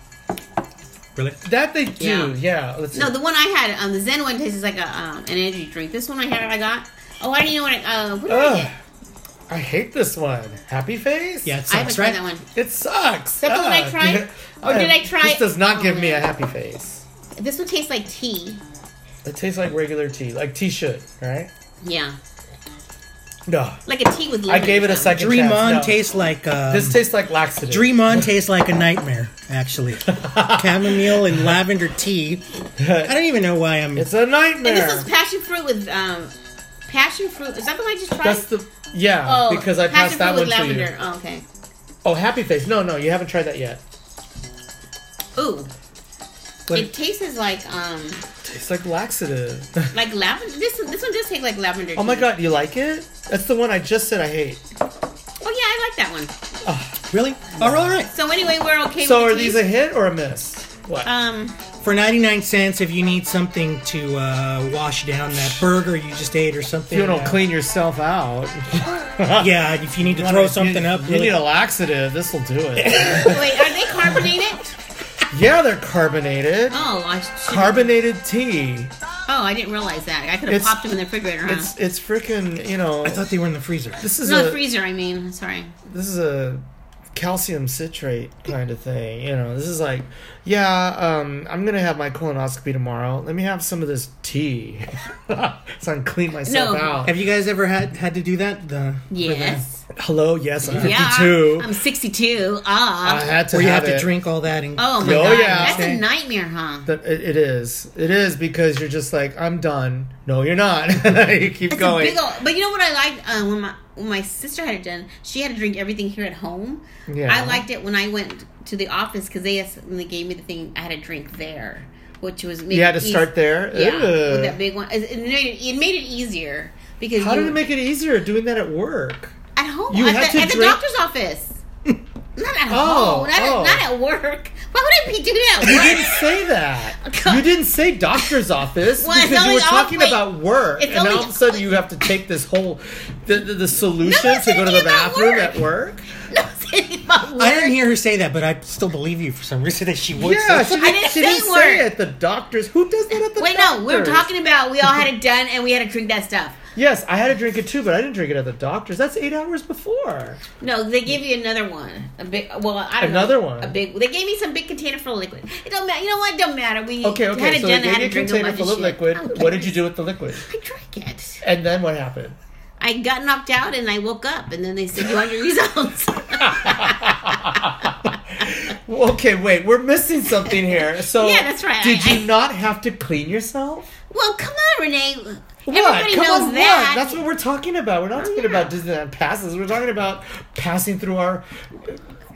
Speaker 1: really?
Speaker 3: That they do, yeah. let's see.
Speaker 2: No, the one I had, um, the Zen one tastes like a um, an energy drink. This one I had, I got. Oh, I didn't know what I. Uh, what did I
Speaker 3: Ugh,
Speaker 2: get?
Speaker 3: I hate this one. Happy face?
Speaker 1: Yeah, it
Speaker 2: I haven't
Speaker 1: sucks,
Speaker 2: tried
Speaker 1: right?
Speaker 2: that one.
Speaker 3: It sucks.
Speaker 2: that the one I
Speaker 3: Ugh.
Speaker 2: tried? Or did I try-
Speaker 3: This does not
Speaker 2: Oh,
Speaker 3: give me a
Speaker 2: man.
Speaker 3: happy face.
Speaker 2: This one tastes like tea.
Speaker 3: It tastes like regular tea, like tea should, right?
Speaker 2: Yeah,
Speaker 3: No.
Speaker 2: like a tea with
Speaker 3: I
Speaker 2: lemon.
Speaker 3: gave
Speaker 2: or
Speaker 3: it a
Speaker 2: something.
Speaker 3: second
Speaker 1: Dream
Speaker 3: chance.
Speaker 1: on
Speaker 3: No.
Speaker 1: tastes like um,
Speaker 3: This tastes like laxative.
Speaker 1: Dream on tastes like a nightmare. Actually, chamomile and lavender tea. I don't even know why I'm.
Speaker 3: It's a nightmare.
Speaker 2: And this is passion fruit with um, passion fruit. Is that the one I just tried?
Speaker 3: That's the yeah
Speaker 2: oh,
Speaker 3: because I
Speaker 2: passion
Speaker 3: passed that
Speaker 2: fruit
Speaker 3: one
Speaker 2: with
Speaker 3: to
Speaker 2: lavender.
Speaker 3: you.
Speaker 2: Oh, okay.
Speaker 3: Oh, happy face. No, no, you haven't tried that yet.
Speaker 2: Ooh,
Speaker 3: But
Speaker 2: it tastes like um,
Speaker 3: tastes like laxative.
Speaker 2: like lavender. This this one does taste like lavender.
Speaker 3: oh my
Speaker 2: tea.
Speaker 3: god, you like it? That's the one I just said I hate.
Speaker 2: Oh yeah, I like that one.
Speaker 1: Really? Oh, all right.
Speaker 2: So anyway, we're okay.
Speaker 3: So
Speaker 2: with
Speaker 3: are
Speaker 2: the
Speaker 3: these
Speaker 2: teas.
Speaker 3: a hit or a miss? What?
Speaker 2: um.
Speaker 1: For 99 cents, if you need something to uh, wash down that burger you just ate or something.
Speaker 3: you don't
Speaker 1: uh,
Speaker 3: clean yourself out.
Speaker 1: Yeah, if you need to throw something
Speaker 3: you,
Speaker 1: up.
Speaker 3: You
Speaker 1: really-
Speaker 3: need a laxative. This will do it.
Speaker 2: Wait, are they carbonated?
Speaker 3: yeah, they're carbonated.
Speaker 2: Oh, I should.
Speaker 3: Carbonated tea.
Speaker 2: Oh, I didn't realize that. I could have
Speaker 3: It's-
Speaker 2: popped them in the refrigerator. Huh?
Speaker 3: It's it's freaking you know.
Speaker 1: I thought they were in the freezer.
Speaker 3: this is
Speaker 2: No,
Speaker 3: a
Speaker 2: freezer. I mean, sorry.
Speaker 3: this is a calcium citrate kind of thing. You know, this is like, yeah, um, I'm gonna have my colonoscopy tomorrow. Let me have some of this tea, so I can clean myself
Speaker 2: No.
Speaker 3: out.
Speaker 1: Have you guys ever had had to do that? The
Speaker 2: Yes.
Speaker 3: Hello, yes, I'm
Speaker 2: Yeah.
Speaker 3: 52.
Speaker 2: I'm 62. Ah.
Speaker 3: I had to.
Speaker 1: where you have
Speaker 3: have
Speaker 1: to
Speaker 3: it.
Speaker 1: drink all that and
Speaker 2: oh my
Speaker 3: Oh,
Speaker 2: god.
Speaker 3: yeah.
Speaker 2: That's
Speaker 1: Okay.
Speaker 2: a nightmare, huh?
Speaker 3: But it- it is. It is because you're just like, I'm done. No, you're not. you keep
Speaker 2: That's
Speaker 3: going.
Speaker 2: a big old. But you know what I liked uh, when my when my sister had it done. She had to drink everything here at home.
Speaker 3: Yeah.
Speaker 2: I liked it when I went to the office because they asked, when they gave me the thing. I had to drink there, which was
Speaker 3: you had to start there.
Speaker 2: Yeah,
Speaker 3: Ugh.
Speaker 2: with that big one. It it made it, it made it easier because
Speaker 3: How
Speaker 2: you,
Speaker 3: did it make it easier doing that at work?
Speaker 2: At home.
Speaker 3: You
Speaker 2: at
Speaker 3: had
Speaker 2: the,
Speaker 3: to
Speaker 2: at the
Speaker 3: drink-
Speaker 2: doctor's office. Not at
Speaker 3: Oh,
Speaker 2: home. Not, At,
Speaker 3: oh.
Speaker 2: not at work. Why would I be doing that?
Speaker 3: You
Speaker 2: at
Speaker 3: didn't
Speaker 2: work?
Speaker 3: say that.
Speaker 2: God.
Speaker 3: You didn't say doctor's office
Speaker 2: Well, it's
Speaker 3: because you
Speaker 2: only
Speaker 3: were
Speaker 2: off-
Speaker 3: talking
Speaker 2: wait.
Speaker 3: about work,
Speaker 2: It's
Speaker 3: and now
Speaker 2: only-
Speaker 3: all of a sudden you have to take this whole the the, the solution
Speaker 2: No, it's
Speaker 3: to go to the
Speaker 2: only about
Speaker 3: bathroom
Speaker 2: work.
Speaker 3: at work.
Speaker 2: No, I'm saying about work.
Speaker 1: I didn't hear her say that, but I still believe you for some reason that she would.
Speaker 3: yeah,
Speaker 1: say
Speaker 3: she,
Speaker 1: that.
Speaker 2: I didn't say
Speaker 3: she didn't say
Speaker 2: work.
Speaker 3: it. The doctors. Who does that at the
Speaker 2: Wait,
Speaker 3: doctor's?
Speaker 2: no. We were talking about we all had it done and we had to drink that stuff.
Speaker 3: Yes, I had to drink it too, but I didn't drink it at the doctor's. That's eight hours before.
Speaker 2: No, they gave you another one. A big. Well, I don't know.
Speaker 3: Another one.
Speaker 2: A big. They gave me some big container full of liquid. It don't matter. You know what? It don't matter. We
Speaker 3: Okay,
Speaker 2: had
Speaker 3: okay.
Speaker 2: it
Speaker 3: So
Speaker 2: done.
Speaker 3: they
Speaker 2: I had
Speaker 3: gave
Speaker 2: to
Speaker 3: you a
Speaker 2: drink a
Speaker 3: container
Speaker 2: bunch
Speaker 3: full of
Speaker 2: shit. I don't
Speaker 3: liquid. What did
Speaker 2: care.
Speaker 3: you do with the liquid?
Speaker 2: I drank it.
Speaker 3: And then what happened?
Speaker 2: I got knocked out and I woke up and then they said you want your results.
Speaker 3: Well, okay, wait. We're missing something here. So
Speaker 2: Yeah, that's right.
Speaker 3: Did
Speaker 2: I-
Speaker 3: you
Speaker 2: I-
Speaker 3: not have to clean yourself?
Speaker 2: well, come on, Renee.
Speaker 3: What?
Speaker 2: Everybody
Speaker 3: Come
Speaker 2: knows
Speaker 3: on,
Speaker 2: that. Oh,
Speaker 3: What? That's what we're talking about. We're not talking about Disneyland passes. We're talking about passing through our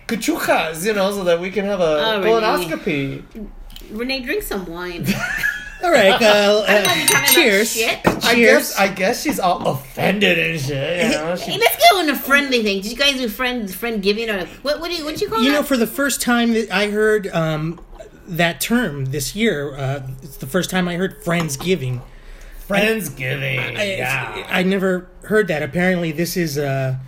Speaker 3: kachukas, you know, so that we can have a
Speaker 2: Oh, really?
Speaker 3: colonoscopy.
Speaker 2: Renee, drink some wine.
Speaker 1: All right, uh,
Speaker 2: I'm not
Speaker 1: uh,
Speaker 2: even talking about
Speaker 1: cheers.
Speaker 2: shit.
Speaker 1: Cheers.
Speaker 3: I guess I guess she's all offended and shit. You know?
Speaker 2: Hey,
Speaker 3: She,
Speaker 2: let's go on a friendly thing. Did you guys do friend friend giving or what? What do you what do you call
Speaker 1: you
Speaker 2: that?
Speaker 1: know, for the first time that I heard um, that term this year, uh, it's the first time I heard Friendsgiving.
Speaker 3: Friendsgiving.
Speaker 1: I-
Speaker 3: yeah.
Speaker 1: I never heard that. Apparently, this is a,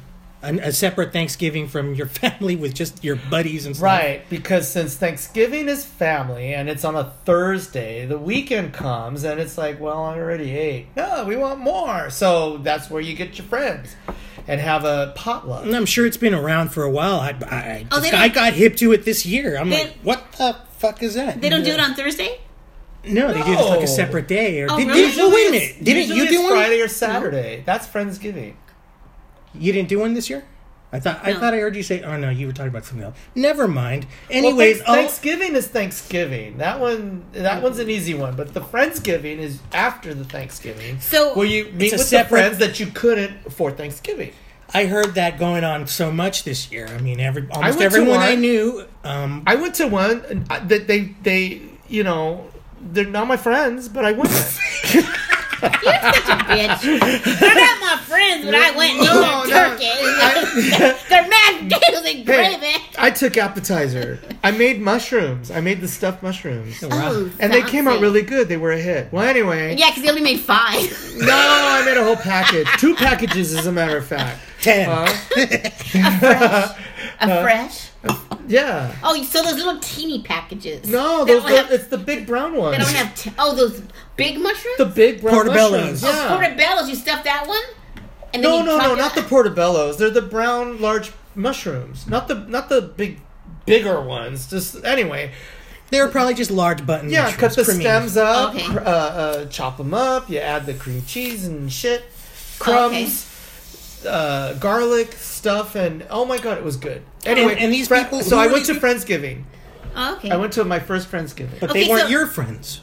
Speaker 1: an a separate Thanksgiving from your family with just your buddies and stuff.
Speaker 3: Right, because since Thanksgiving is family and it's on a Thursday, the weekend comes and it's like, well, I already ate. No, we want more. So that's where you get your friends. and have a potluck.
Speaker 1: And I'm sure it's been around for a while. I, I,
Speaker 2: Oh, they
Speaker 1: I
Speaker 2: don't-
Speaker 1: got hip to it this year. I'm
Speaker 2: They-
Speaker 1: like, what the fuck is that?
Speaker 2: They don't do it on Thursday?
Speaker 1: no, they did it like
Speaker 3: No.
Speaker 1: a separate day. Or
Speaker 2: Oh,
Speaker 1: did,
Speaker 2: really?
Speaker 1: did- oh, wait a
Speaker 3: Usually
Speaker 1: minute. Didn't
Speaker 3: usually
Speaker 1: you do
Speaker 3: it's
Speaker 1: one?
Speaker 3: Friday or Saturday. That's Friendsgiving.
Speaker 1: You didn't do one this year? I thought I
Speaker 2: No.
Speaker 1: thought I heard you say. Oh no, you were talking about something else. Never mind. Anyways,
Speaker 3: well,
Speaker 1: oh,
Speaker 3: thanks- Thanksgiving is Thanksgiving. That one, that one's an easy one. But the Friendsgiving is after the Thanksgiving,
Speaker 2: So-
Speaker 3: where you meet
Speaker 1: a
Speaker 3: with
Speaker 1: separate-
Speaker 3: the friends that you couldn't for Thanksgiving.
Speaker 1: I heard that going on so much this year. I mean, every
Speaker 3: went
Speaker 1: almost
Speaker 3: to
Speaker 1: everyone I
Speaker 3: one.
Speaker 1: knew. Um,
Speaker 3: I went to one and I- that they, they, you know, they're not my friends, but I went.
Speaker 2: Bitch. They're not my friends, but I went and
Speaker 3: No,
Speaker 2: ate
Speaker 3: no.
Speaker 2: their turkey. They're mad potatoes and
Speaker 3: Hey,
Speaker 2: gravy.
Speaker 3: I took appetizer. I made mushrooms. I made the stuffed mushrooms.
Speaker 2: Oh,
Speaker 3: And they came out
Speaker 2: fancy.
Speaker 3: really good. They were a hit. Well, anyway.
Speaker 2: Yeah, because they only made five.
Speaker 3: No, I made a whole package. Two packages, as a matter of fact.
Speaker 1: ten.
Speaker 3: Uh-huh.
Speaker 2: A fresh.
Speaker 3: Yeah.
Speaker 2: Oh, so those little teeny packages.
Speaker 3: No,
Speaker 2: They
Speaker 3: those,
Speaker 2: don't
Speaker 3: the-
Speaker 2: have-
Speaker 3: it's the big brown
Speaker 2: They
Speaker 3: ones.
Speaker 2: don't have. T- oh, those big mushrooms.
Speaker 3: the big brown
Speaker 1: Portobellos.
Speaker 3: mushrooms.
Speaker 1: Oh,
Speaker 3: Yeah.
Speaker 2: portobellos. You stuff that one. And
Speaker 3: no,
Speaker 2: you
Speaker 3: no,
Speaker 2: chop
Speaker 3: no,
Speaker 2: it
Speaker 3: not the
Speaker 2: up?
Speaker 3: portobellos. They're the brown large mushrooms. Not the not the big bigger ones. Just anyway.
Speaker 1: They were probably just large button.
Speaker 3: Yeah,
Speaker 1: mushrooms,
Speaker 3: cut the
Speaker 1: creamy.
Speaker 3: stems up,
Speaker 2: Okay.
Speaker 3: cr- uh, uh, chop them up. You add the cream cheese and shit, crumbs, uh, garlic stuff, and oh my god, it was good. Anyway,
Speaker 1: and these
Speaker 3: fri-
Speaker 1: people-
Speaker 3: So
Speaker 1: who
Speaker 3: I
Speaker 1: were
Speaker 3: went to
Speaker 1: these
Speaker 3: Friendsgiving.
Speaker 2: Oh, okay.
Speaker 3: I went to my first Friendsgiving.
Speaker 1: But
Speaker 2: Okay,
Speaker 1: they weren't
Speaker 2: so-
Speaker 1: your friends.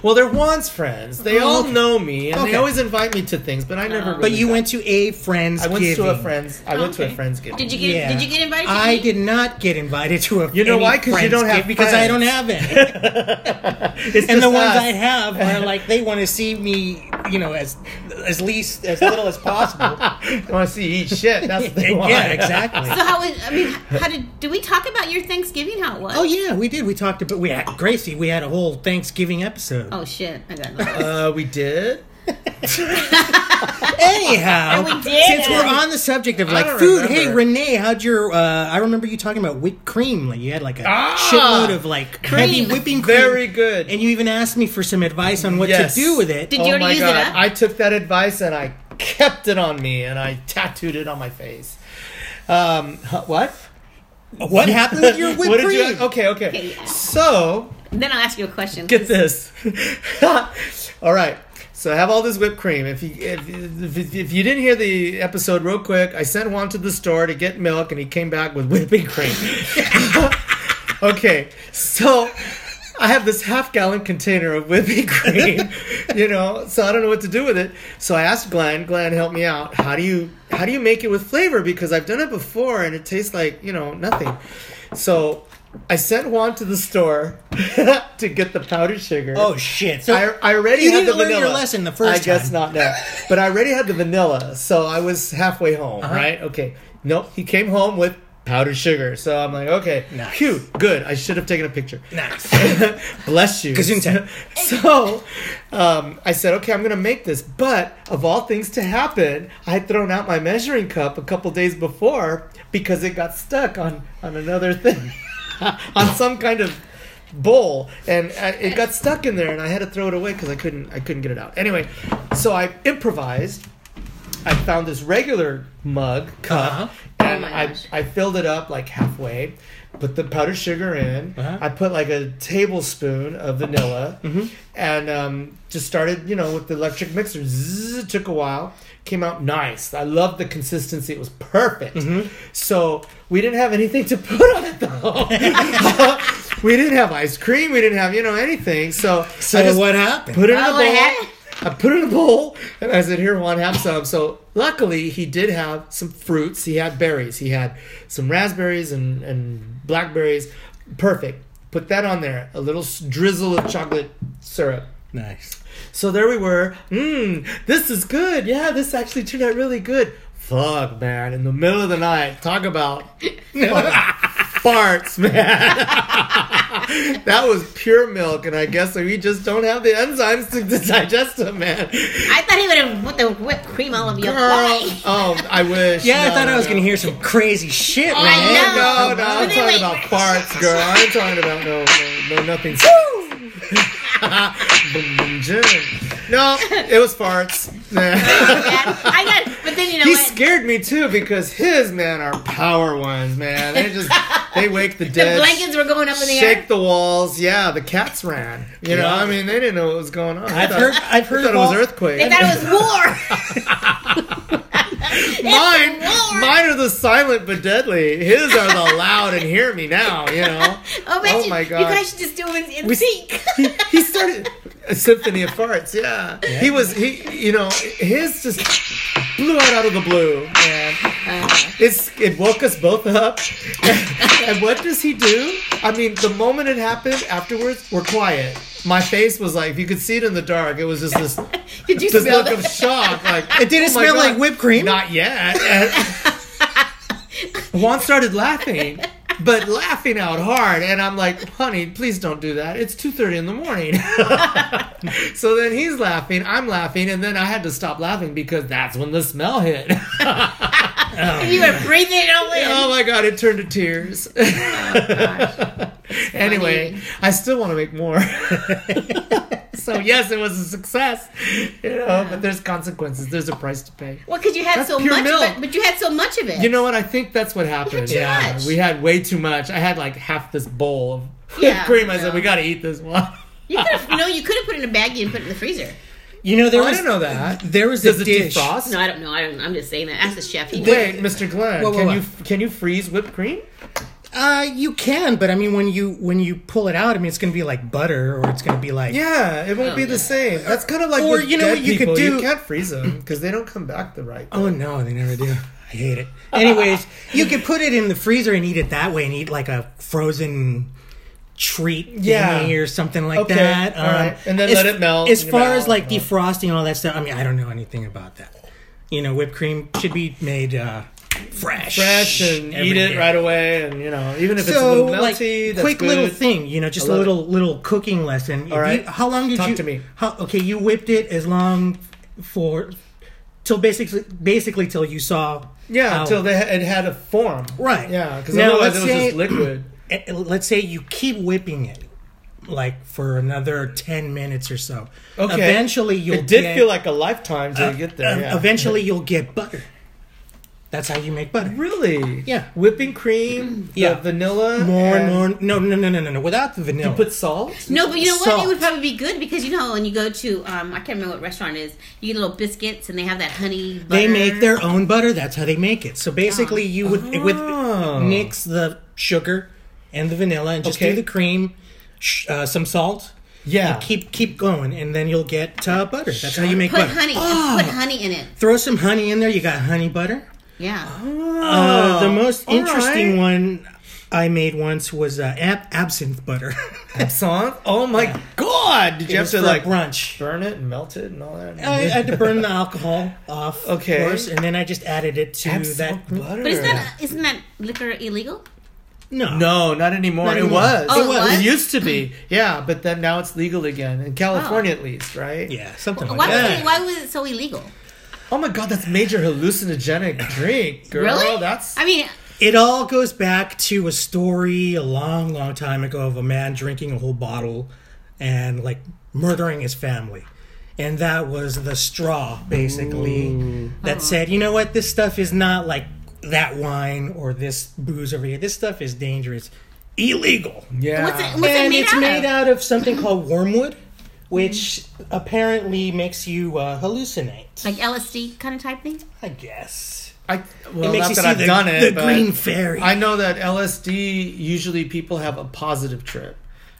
Speaker 3: Well, they're Juan's friends. They
Speaker 1: Oh,
Speaker 3: all
Speaker 1: okay.
Speaker 3: know me, and
Speaker 1: Okay.
Speaker 3: they always invite me to things, but I never.
Speaker 2: Oh.
Speaker 3: Really
Speaker 1: But you
Speaker 3: got-
Speaker 1: went to a friends.
Speaker 3: I went to a friends. I went to a friendsgiving.
Speaker 2: Did you get?
Speaker 1: Yeah.
Speaker 2: Did you get invited? To
Speaker 1: I
Speaker 2: eat?
Speaker 1: did not get invited to a.
Speaker 3: You know
Speaker 1: any
Speaker 3: why? 'Cause you don't
Speaker 1: friends
Speaker 3: have
Speaker 1: because I don't
Speaker 3: friends.
Speaker 1: have any.
Speaker 3: It's
Speaker 1: and the
Speaker 3: just
Speaker 1: ones
Speaker 3: us.
Speaker 1: I have are like they want to see me, you know, as as least as little as possible.
Speaker 3: They want to see you eat shit. That's what they want.
Speaker 1: yeah, exactly.
Speaker 2: So how was? I mean, how did? Did we talk about your Thanksgiving? How it was?
Speaker 1: Oh yeah, we did. We talked about we had Gracie. We had a whole Thanksgiving episode.
Speaker 2: Oh shit! I got lost.
Speaker 3: Uh, we did.
Speaker 1: Anyhow,
Speaker 2: And we did
Speaker 1: since
Speaker 2: it.
Speaker 1: we're on the subject of like
Speaker 3: don't
Speaker 1: food,
Speaker 3: remember.
Speaker 1: hey Renee, how'd your? Uh, I remember you talking about whipped cream. Like you had like a shitload of like
Speaker 2: Cream.
Speaker 1: heavy whipping cream.
Speaker 3: Ah! Very good.
Speaker 1: And you even asked me for some advice on what
Speaker 3: Yes.
Speaker 1: to do with it.
Speaker 2: Did you already use it up?
Speaker 3: Oh I took that advice and I kept it on me and I tattooed it on my face. Um, huh, what?
Speaker 1: what happened with your whipped
Speaker 3: what did
Speaker 1: cream?
Speaker 3: you? Okay, okay.
Speaker 2: Okay, yeah.
Speaker 3: So
Speaker 2: then I'll ask you a question.
Speaker 3: get this. all right. So I have all this whipped cream. If you if, if, if you didn't hear the episode, real quick, I sent Juan to the store to get milk, and he came back with whipping cream. okay, so I have this half gallon container of whipping cream, you know, so I don't know what to do with it. So I asked Glenn, Glenn, help me out. How do you how do you make it with flavor? Because I've done it before and it tastes like, you know, nothing. So I sent Juan to the store to get the powdered sugar.
Speaker 1: Oh shit! So
Speaker 3: I, I already
Speaker 1: you
Speaker 3: had
Speaker 1: didn't
Speaker 3: the
Speaker 1: learn
Speaker 3: vanilla.
Speaker 1: your lesson the first
Speaker 3: I guess
Speaker 1: time.
Speaker 3: not now, but I already had the vanilla, so I was halfway home.
Speaker 1: Uh-huh.
Speaker 3: Right? Okay. Nope. He came home with powdered sugar, so I'm like, okay,
Speaker 1: Nice.
Speaker 3: phew, good. I should have taken a picture.
Speaker 1: Nice.
Speaker 3: Bless you.
Speaker 1: Gesundheit.
Speaker 3: So um, I said, okay, I'm gonna make this. But of all things to happen, I had thrown out my measuring cup a couple days before because it got stuck on on another thing, on some kind of bowl, and I, it got stuck in there, and I had to throw it away because I couldn't I couldn't get it out. Anyway, so I improvised. I found this regular mug cup,
Speaker 1: Uh-huh.
Speaker 3: and
Speaker 2: Oh my
Speaker 3: I,
Speaker 2: gosh.
Speaker 3: I filled it up like halfway, put the powdered sugar in.
Speaker 1: Uh-huh. Mm-hmm.
Speaker 3: I put like a tablespoon of vanilla, and um, just started, you know, with the electric mixer. Zzz, it took a while. Came out nice. I loved the consistency. It was perfect.
Speaker 1: Mm-hmm.
Speaker 3: So we didn't have anything to put on it though. we didn't have ice cream. We didn't have you know anything. So
Speaker 1: So
Speaker 3: I just
Speaker 1: what happened?
Speaker 3: Put it in a
Speaker 2: Oh, what happened?
Speaker 3: bowl. I put it in a bowl and I said, Here, Juan, have some. So luckily, he did have some fruits. He had berries. He had some raspberries and, and blackberries. Perfect. Put that on there. A little s- drizzle of chocolate syrup.
Speaker 1: nice.
Speaker 3: So there we were. Mmm, this is good. Yeah, this actually turned out really good. Fuck, man. In the middle of the night, talk about farts, man. that was pure milk, and I guess we just don't have the enzymes to, to digest them, man.
Speaker 2: I thought he would have put the whipped cream all over your
Speaker 3: Girl,
Speaker 2: body.
Speaker 3: oh, I wish.
Speaker 1: Yeah, I
Speaker 3: No,
Speaker 1: thought I was
Speaker 3: no.
Speaker 1: gonna hear some crazy shit,
Speaker 2: I
Speaker 1: Renee.
Speaker 2: know.
Speaker 3: No, no, I'm
Speaker 2: Wait,
Speaker 3: talking
Speaker 2: wait.
Speaker 3: about farts, girl. I'm talking about no, no, no, nothing. Boom, boom, jim. no, it was farts.
Speaker 2: I got, but But then you know
Speaker 3: he
Speaker 2: what?
Speaker 3: scared me too because his men are power ones, man. They just they wake the
Speaker 2: the
Speaker 3: dead,
Speaker 2: blankets were going up in the
Speaker 3: shake
Speaker 2: air.
Speaker 3: the walls. Yeah, the cats ran. You know, I mean, they didn't know what was going on. I
Speaker 1: I've heard- I've heard
Speaker 3: thought it
Speaker 1: of
Speaker 3: was
Speaker 1: all-
Speaker 3: earthquake.
Speaker 2: They thought it was war.
Speaker 3: mine,
Speaker 2: war.
Speaker 3: mine are the silent but deadly. His are the loud and hear me now. You know.
Speaker 2: Oh, man,
Speaker 3: Oh
Speaker 2: you,
Speaker 3: my
Speaker 2: You
Speaker 3: God.
Speaker 2: guys should just do it in, in
Speaker 3: We-
Speaker 2: sync.
Speaker 3: he, he started a symphony of farts. Yeah. he was he. You know, his just blew out out of the blue, man. It's it woke us both up. and what does he do? I mean, the moment it happened, afterwards, we're quiet. My face was like, if you could see it in the dark, it was just this
Speaker 2: Did you
Speaker 3: this
Speaker 2: smell
Speaker 3: look
Speaker 2: them?
Speaker 3: of shock. Like it
Speaker 1: didn't smell like whipped cream?
Speaker 3: Not yet. And Juan started laughing, but laughing out hard, and I'm like, "Honey, please don't do that. It's two thirty in the morning." so then he's laughing, I'm laughing, and then I had to stop laughing because that's when the smell hit.
Speaker 2: You were breathing it all in.
Speaker 3: oh my god, it turned to tears. anyway,
Speaker 2: Funny.
Speaker 3: I still want to make more. so yes, it was a success. You know, but there's consequences. There's a price to pay.
Speaker 2: Well, because you had
Speaker 3: That's
Speaker 2: so
Speaker 3: pure
Speaker 2: much,
Speaker 3: milk.
Speaker 2: but, but you had so much of it.
Speaker 3: You know what? I think that's what happened.
Speaker 2: too
Speaker 3: yeah,
Speaker 2: much.
Speaker 3: we had way too much. I had like half this bowl of whipped
Speaker 2: Yeah,
Speaker 3: cream. I said,
Speaker 2: no.
Speaker 3: "We got to eat this one."
Speaker 2: you could have, no, you could have put it in a baggie and put it in the freezer.
Speaker 1: You know, there
Speaker 3: Oh, I
Speaker 1: was
Speaker 3: don't know that.
Speaker 1: there was
Speaker 3: Does
Speaker 1: a
Speaker 3: it
Speaker 1: dish.
Speaker 3: defrost?
Speaker 2: No, I don't know. I don't, I'm just saying that. Ask the chef. He knows.
Speaker 3: Wait, Mr. Glenn,
Speaker 1: Whoa, whoa,
Speaker 3: can
Speaker 1: whoa.
Speaker 3: you can you freeze whipped cream?
Speaker 1: Uh, you can, but I mean, when you when you pull it out, I mean, it's gonna be like butter, or it's gonna be like
Speaker 3: Yeah, it won't
Speaker 2: Oh,
Speaker 3: be
Speaker 2: yeah.
Speaker 3: the same. That's kind of like
Speaker 1: Or
Speaker 3: with
Speaker 1: you know
Speaker 3: dead
Speaker 1: what you could
Speaker 3: people. You
Speaker 1: do-
Speaker 3: can't freeze them because they don't come back the right.
Speaker 1: Oh no, they never do. I hate it. Anyways, you could put it in the freezer and eat it that way, and eat like a frozen treat,
Speaker 3: Yeah.
Speaker 1: thingy or something like
Speaker 3: Okay,
Speaker 1: that. Um,
Speaker 3: all right. And then
Speaker 1: as-
Speaker 3: let it melt
Speaker 1: As
Speaker 3: in your
Speaker 1: far
Speaker 3: mouth.
Speaker 1: as like
Speaker 3: Oh.
Speaker 1: defrosting and all that stuff, I mean, I don't know anything about that. You know, whipped cream should be made uh, fresh,
Speaker 3: fresh and
Speaker 1: every
Speaker 3: eat it
Speaker 1: day.
Speaker 3: right away, and you know even if it's a
Speaker 1: So
Speaker 3: little
Speaker 1: like
Speaker 3: melty, that's
Speaker 1: quick
Speaker 3: good.
Speaker 1: little thing, you know, just a
Speaker 3: love
Speaker 1: little little cooking lesson. If
Speaker 3: All right.
Speaker 1: you- how long did
Speaker 3: Talk
Speaker 1: you
Speaker 3: to me.
Speaker 1: How, okay, you whipped it as long for till basically basically till you saw
Speaker 3: Yeah,
Speaker 1: how-
Speaker 3: until they ha- it had a form.
Speaker 1: Right.
Speaker 3: Yeah, because
Speaker 1: Now,
Speaker 3: otherwise
Speaker 1: let's
Speaker 3: it was
Speaker 1: say-
Speaker 3: just liquid.
Speaker 1: eh, let's say you keep whipping it like for another 10 minutes or so.
Speaker 3: Okay.
Speaker 1: Eventually you'll
Speaker 3: It did
Speaker 1: get,
Speaker 3: feel like a lifetime to get there.
Speaker 1: uh,
Speaker 3: yeah.
Speaker 1: eventually you'll get butter. That's how you make butter.
Speaker 3: really,
Speaker 1: Yeah.
Speaker 3: whipping cream, the
Speaker 1: Yeah.
Speaker 3: vanilla,
Speaker 1: More and
Speaker 3: and
Speaker 1: more no no no no no no without the vanilla.
Speaker 3: You put salt.
Speaker 2: No, but you know what?
Speaker 1: Salt.
Speaker 2: It would probably be good because you know how when you go to um, I can't remember what restaurant it is. You get little biscuits and they have that honey. Butter.
Speaker 1: They make their own butter. That's how they make it. So basically, you would
Speaker 3: Oh.
Speaker 1: with mix the sugar and the vanilla and just
Speaker 3: Okay. Ah.
Speaker 1: do the cream, sh- uh, some salt.
Speaker 3: Yeah.
Speaker 1: Keep keep going, and then you'll get uh, butter. That's how you make
Speaker 2: put
Speaker 1: butter. Oh.
Speaker 2: honey. Put honey in it.
Speaker 1: Throw some honey in there. You got honey butter.
Speaker 2: Yeah.
Speaker 1: Uh, the most
Speaker 3: all
Speaker 1: interesting
Speaker 3: right.
Speaker 1: one I made once was uh, ab- absinthe butter.
Speaker 3: Absinthe. Oh my god! Did you
Speaker 1: It
Speaker 3: have
Speaker 1: was
Speaker 3: to
Speaker 1: for
Speaker 3: like
Speaker 1: brunch.
Speaker 3: burn it and melt it and all that?
Speaker 1: I had to burn the alcohol off,
Speaker 3: Okay.
Speaker 1: of course, and then I just added it to
Speaker 3: Absinthe
Speaker 1: that.
Speaker 3: butter.
Speaker 2: But isn't that isn't that liquor illegal?
Speaker 1: No,
Speaker 3: No, not anymore.
Speaker 1: Not
Speaker 3: it
Speaker 1: anymore.
Speaker 3: was.
Speaker 2: Oh, it was?
Speaker 3: It used to be. Yeah, but then now it's legal again in
Speaker 2: Oh.
Speaker 3: California at least, right?
Speaker 1: yeah, something like
Speaker 2: Why
Speaker 1: that.
Speaker 2: was it, why was it so illegal?
Speaker 3: Oh my god, that's major hallucinogenic drink, girl.
Speaker 2: Really?
Speaker 3: That's
Speaker 2: I mean,
Speaker 1: It all goes back to a story a long, long time ago of a man drinking a whole bottle and like murdering his family. And that was the straw, basically, that said, you know what, this stuff is not like that wine or this booze over here. This stuff is dangerous, illegal.
Speaker 3: yeah.
Speaker 2: what's it? What's it
Speaker 1: And
Speaker 2: made
Speaker 1: it's
Speaker 2: out
Speaker 1: made
Speaker 2: of? Mm-hmm.
Speaker 1: out of something called wormwood, which apparently makes you uh, hallucinate,
Speaker 2: Like LSD kind of type thing.
Speaker 1: I guess.
Speaker 3: I, well,
Speaker 1: it makes
Speaker 3: not
Speaker 1: you
Speaker 3: that
Speaker 1: see
Speaker 3: I've
Speaker 1: the,
Speaker 3: done it,
Speaker 1: the
Speaker 3: but
Speaker 1: green fairy.
Speaker 3: I know that LSD usually people have a positive trip.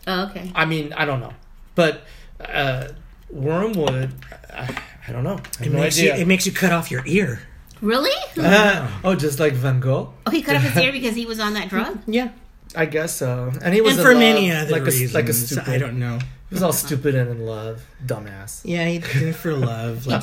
Speaker 2: Oh, okay.
Speaker 3: I mean, I don't know, but uh, wormwood, I, I don't know. I have
Speaker 1: it,
Speaker 3: no
Speaker 1: makes you,
Speaker 3: idea.
Speaker 1: it makes you cut off your ear.
Speaker 2: Really?
Speaker 1: Uh-huh.
Speaker 3: Uh, oh, just like Van Gogh,
Speaker 2: Oh, he cut off his ear because he was on that drug.
Speaker 1: Yeah.
Speaker 3: I guess so. And he was
Speaker 1: and
Speaker 3: in
Speaker 1: for
Speaker 3: love,
Speaker 1: many other
Speaker 3: like
Speaker 1: reasons.
Speaker 3: A, like a stupid.
Speaker 1: I don't know.
Speaker 3: He was all stupid and in love, dumbass.
Speaker 1: Yeah, he did it for love. Like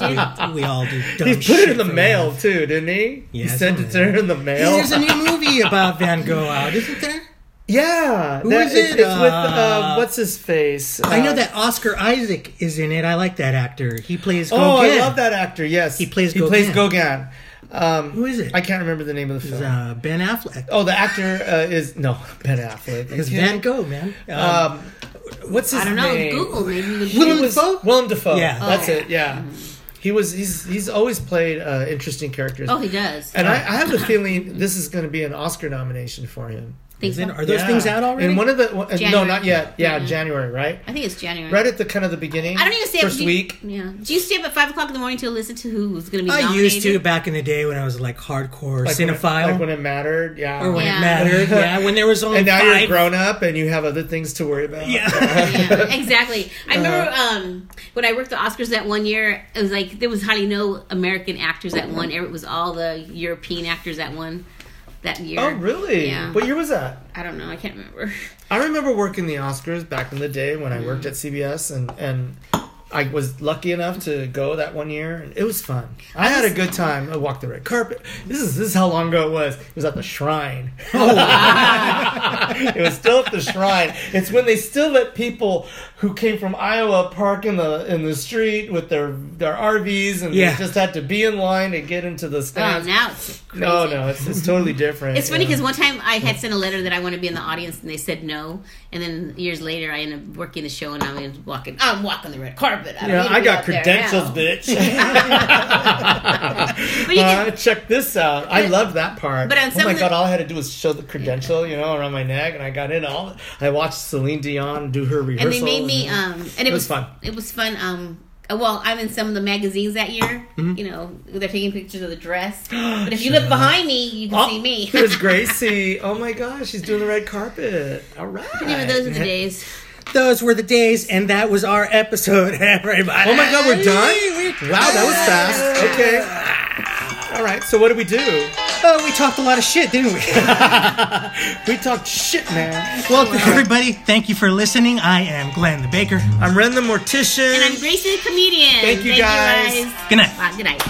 Speaker 1: we, we all do dumb
Speaker 3: He put it
Speaker 1: shit
Speaker 3: in the
Speaker 1: for
Speaker 3: mail
Speaker 1: love.
Speaker 3: too, didn't he?
Speaker 1: Yeah,
Speaker 3: he
Speaker 1: it's
Speaker 3: sent
Speaker 1: in
Speaker 3: it to
Speaker 1: there.
Speaker 3: her in the mail.
Speaker 1: Hey, there's a new movie about Van Gogh out, isn't there?
Speaker 3: yeah,
Speaker 1: Who
Speaker 3: that-
Speaker 1: is
Speaker 3: it's,
Speaker 1: it?
Speaker 3: it's with uh,
Speaker 1: Uh,
Speaker 3: what's his face?
Speaker 1: I know
Speaker 3: Uh,
Speaker 1: that Oscar Isaac is in it. I like that actor. He plays Gauguin.
Speaker 3: Oh, I love that actor. Yes,
Speaker 1: He plays
Speaker 3: he plays
Speaker 1: Gauguin.
Speaker 3: Gauguin. Um,
Speaker 1: Who is it?
Speaker 3: I can't remember the name of the
Speaker 1: It's,
Speaker 3: film.
Speaker 1: uh, ben Affleck.
Speaker 3: oh, the actor uh, is no Ben Affleck.
Speaker 1: It's
Speaker 3: Yeah.
Speaker 1: Van Gogh, man. Um,
Speaker 3: Um, what's his
Speaker 2: I don't know.
Speaker 3: name?
Speaker 2: Google maybe. we would-
Speaker 1: Willem
Speaker 3: It was-
Speaker 1: Dafoe? Oh,
Speaker 3: Willem Dafoe.
Speaker 1: Yeah.
Speaker 3: that's
Speaker 2: Okay.
Speaker 3: it. Yeah, He was he's he's always played uh, interesting characters.
Speaker 2: Oh, he does.
Speaker 3: And I, I have a feeling this is going to be an Oscar nomination for him.
Speaker 2: Think
Speaker 1: Is it-
Speaker 2: so?
Speaker 1: are those
Speaker 3: Yeah.
Speaker 1: things out already?
Speaker 3: And one of the one- uh, no,
Speaker 2: January.
Speaker 3: not yet. Yeah,
Speaker 2: Yeah.
Speaker 3: January, right?
Speaker 2: I think it's January.
Speaker 3: Right at the kind of the beginning.
Speaker 2: I don't even stay up.
Speaker 3: first
Speaker 2: do you-
Speaker 3: week.
Speaker 2: Yeah. Do you stay up at five o'clock in the morning to listen to who's going to be?
Speaker 1: I
Speaker 2: nominated?
Speaker 1: used to back in the day when I was like hardcore
Speaker 3: Like when it-
Speaker 1: cinephile,
Speaker 3: like when it mattered. Yeah.
Speaker 1: or when
Speaker 2: Yeah.
Speaker 1: it mattered. yeah, when there was only
Speaker 3: and now
Speaker 1: five.
Speaker 3: you're grown up and you have other things to worry about.
Speaker 1: yeah,
Speaker 2: yeah, exactly.
Speaker 3: Uh-huh.
Speaker 2: I remember um, when I worked the Oscars that one year. It was like there was hardly no American actors that won. It was all the European actors that won that year.
Speaker 3: Oh, really?
Speaker 2: Yeah.
Speaker 3: What year was that?
Speaker 2: I don't know. I can't remember.
Speaker 3: I remember working the Oscars back in the day when I worked at CBS, and and I was lucky enough to go that one year, and it was fun. I had a good time. I walked the red carpet. This is this is how long ago it was. It was at the Shrine. it was still at the Shrine. It's when they still let people who came from Iowa park in the in the street with their their RVs, and
Speaker 1: Yeah.
Speaker 3: they just had to be in line to get into the
Speaker 2: Oh,
Speaker 3: stands.
Speaker 2: now it's crazy.
Speaker 3: no, no, it's, it's totally different.
Speaker 2: It's funny
Speaker 3: yeah.
Speaker 2: because one time I had sent a letter that I want to be in the audience, and they said no. And then years later, I ended up working the show, and I'm walking. I'm walking the red carpet. I, don't
Speaker 3: Yeah,
Speaker 2: need to
Speaker 3: I
Speaker 2: be
Speaker 3: got
Speaker 2: up there
Speaker 3: credentials,
Speaker 2: now.
Speaker 3: bitch.
Speaker 2: But you can-
Speaker 3: Uh, check this out. I love that part.
Speaker 2: but on
Speaker 3: oh
Speaker 2: some
Speaker 3: my
Speaker 2: of the-
Speaker 3: god, all I had to do was show the credential, you know, around my neck, and I got in. All I watched Celine Dion do her rehearsal.
Speaker 2: and they made me um and it,
Speaker 3: was fun.
Speaker 2: it was fun um uh, well i'm in some of the magazines that year
Speaker 3: Mm-hmm.
Speaker 2: you know they're taking pictures of the dress but if you look behind me you can
Speaker 3: Oh,
Speaker 2: see me
Speaker 3: Here's Gracie. Oh my gosh, she's doing the red carpet. All right.
Speaker 2: Anyway, those are the days
Speaker 1: those were the days, and that was our episode, everybody.
Speaker 3: Oh my god, we're done. Wow, that was fast. Okay. All right. So what do we do?
Speaker 1: Oh, we talked a lot of shit, didn't we?
Speaker 3: We talked shit, man.
Speaker 1: well, everybody, thank you for listening. I am Glenn the Baker.
Speaker 3: I'm Ren the Mortician.
Speaker 2: and i'm gracie the comedian
Speaker 3: Thank you, guys.
Speaker 1: Good night.
Speaker 2: Wow, good night